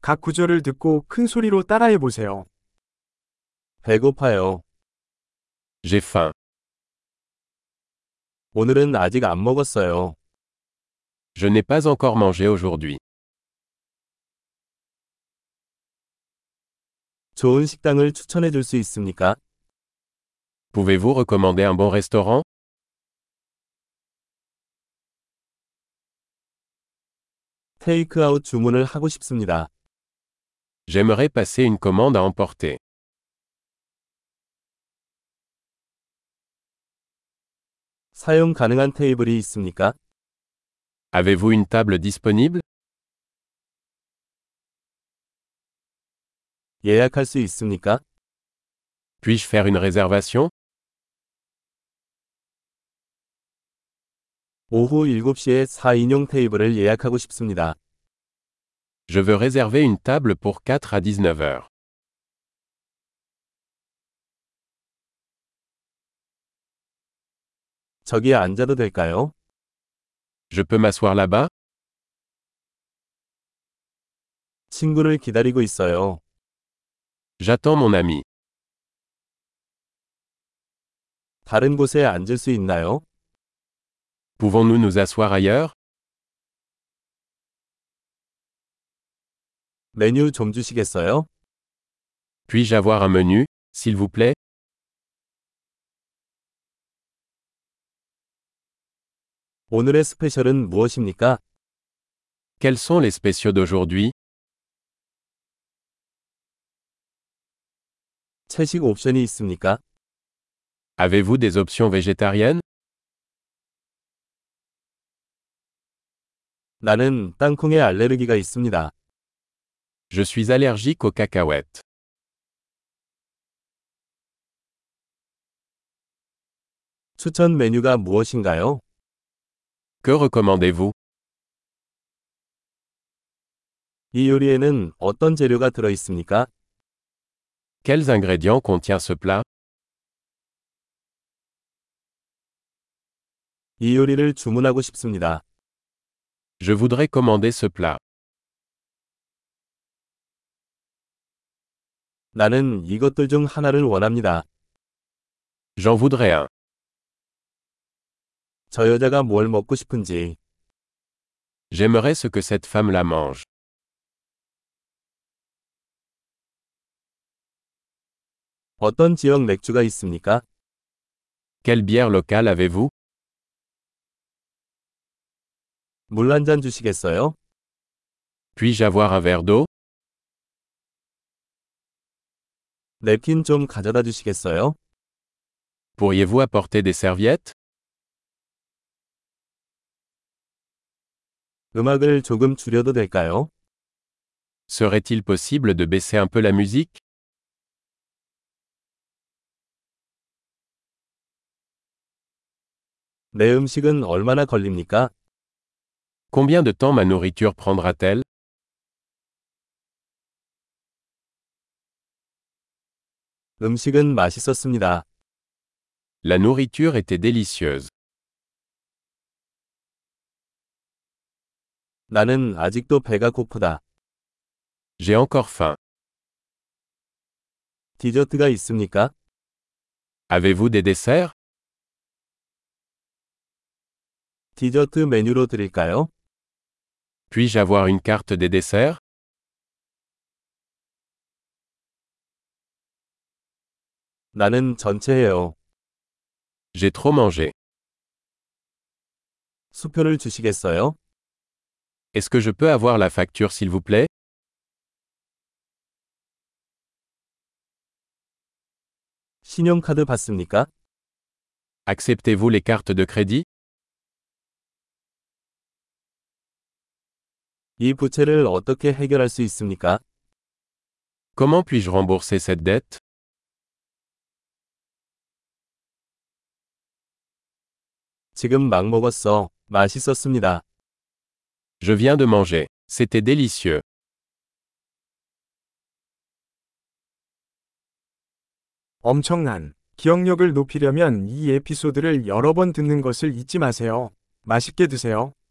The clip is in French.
각 구절을 듣고 큰 소리로 따라해 보세요. 배고파요. J'ai faim. 오늘은 아직 안 먹었어요. Je n'ai pas encore mangé aujourd'hui. 좋은 식당을 추천해 줄 수 있습니까? Pouvez-vous recommander un bon restaurant 테이크아웃 주문을 하고 싶습니다. J'aimerais passer une commande à emporter. 사용 가능한 테이블이 있습니까? Avez-vous une table disponible 예약할 수 있습니까? Puis-je faire une réservation 오후 7시에 4인용 테이블을 예약하고 싶습니다. Je veux réserver une table pour 4 à 19 heures. 저기 앉아도 될까요? Je peux m'asseoir là-bas 친구를 기다리고 있어요. J'attends mon ami. 다른 곳에 앉을 수 있나요? Pouvons-nous nous asseoir ailleurs 메뉴 좀 주시겠어요? Puis-je avoir un menu, s'il vous plaît 오늘의 스페셜은 무엇입니까? Quels sont les spéciaux d'aujourd'hui 채식 옵션이 있습니까? Avez-vous des options végétariennes 나는 땅콩에 알레르기가 있습니다. Je suis allergique aux cacahuètes. 추천 메뉴가 무엇인가요? Que recommandez-vous 이 요리에는 어떤 재료가 들어 있습니까? Quels ingrédients contient ce plat 이 요리를 주문하고 싶습니다. Je voudrais commander ce plat. 나는 이것들 중 하나를 원합니다. J'en voudrais un. 저 여자가 뭘 먹고 싶은지, J'aimerais ce que cette femme la mange. 어떤 지역 맥주가 있습니까? Quelle bière locale avez-vous 물 한 잔 주시겠어요? Puis-je avoir un verre d'eau 냅킨 좀 가져다 주시겠어요? Pourriez-vous apporter des serviettes 음악을 조금 줄여도 될까요? Serait-il possible de baisser un peu la musique 내 음식은 얼마나 걸립니까? Combien de temps ma nourriture prendra-t-elle 음식은 맛있었습니다. La nourriture était délicieuse. 나는 아직도 배가 고프다. J'ai encore faim. 디저트가 있습니까? Avez-vous des desserts 디저트 메뉴로 드릴까요? Puis-je avoir une carte des desserts 나는 전체예요. J'ai trop mangé. 수표를 주시겠어요? Est-ce que je peux avoir la facture s'il vous plaît 신용카드 받습니까? Acceptez-vous les cartes de crédit 이 부채를 어떻게 해결할 수 있습니까? Comment puis-je rembourser cette dette 지금 막 먹었어. 맛있었습니다. Je viens de manger. C'était délicieux. 엄청난 기억력을 높이려면 이 에피소드를 여러 번 듣는 것을 잊지 마세요. 맛있게 드세요.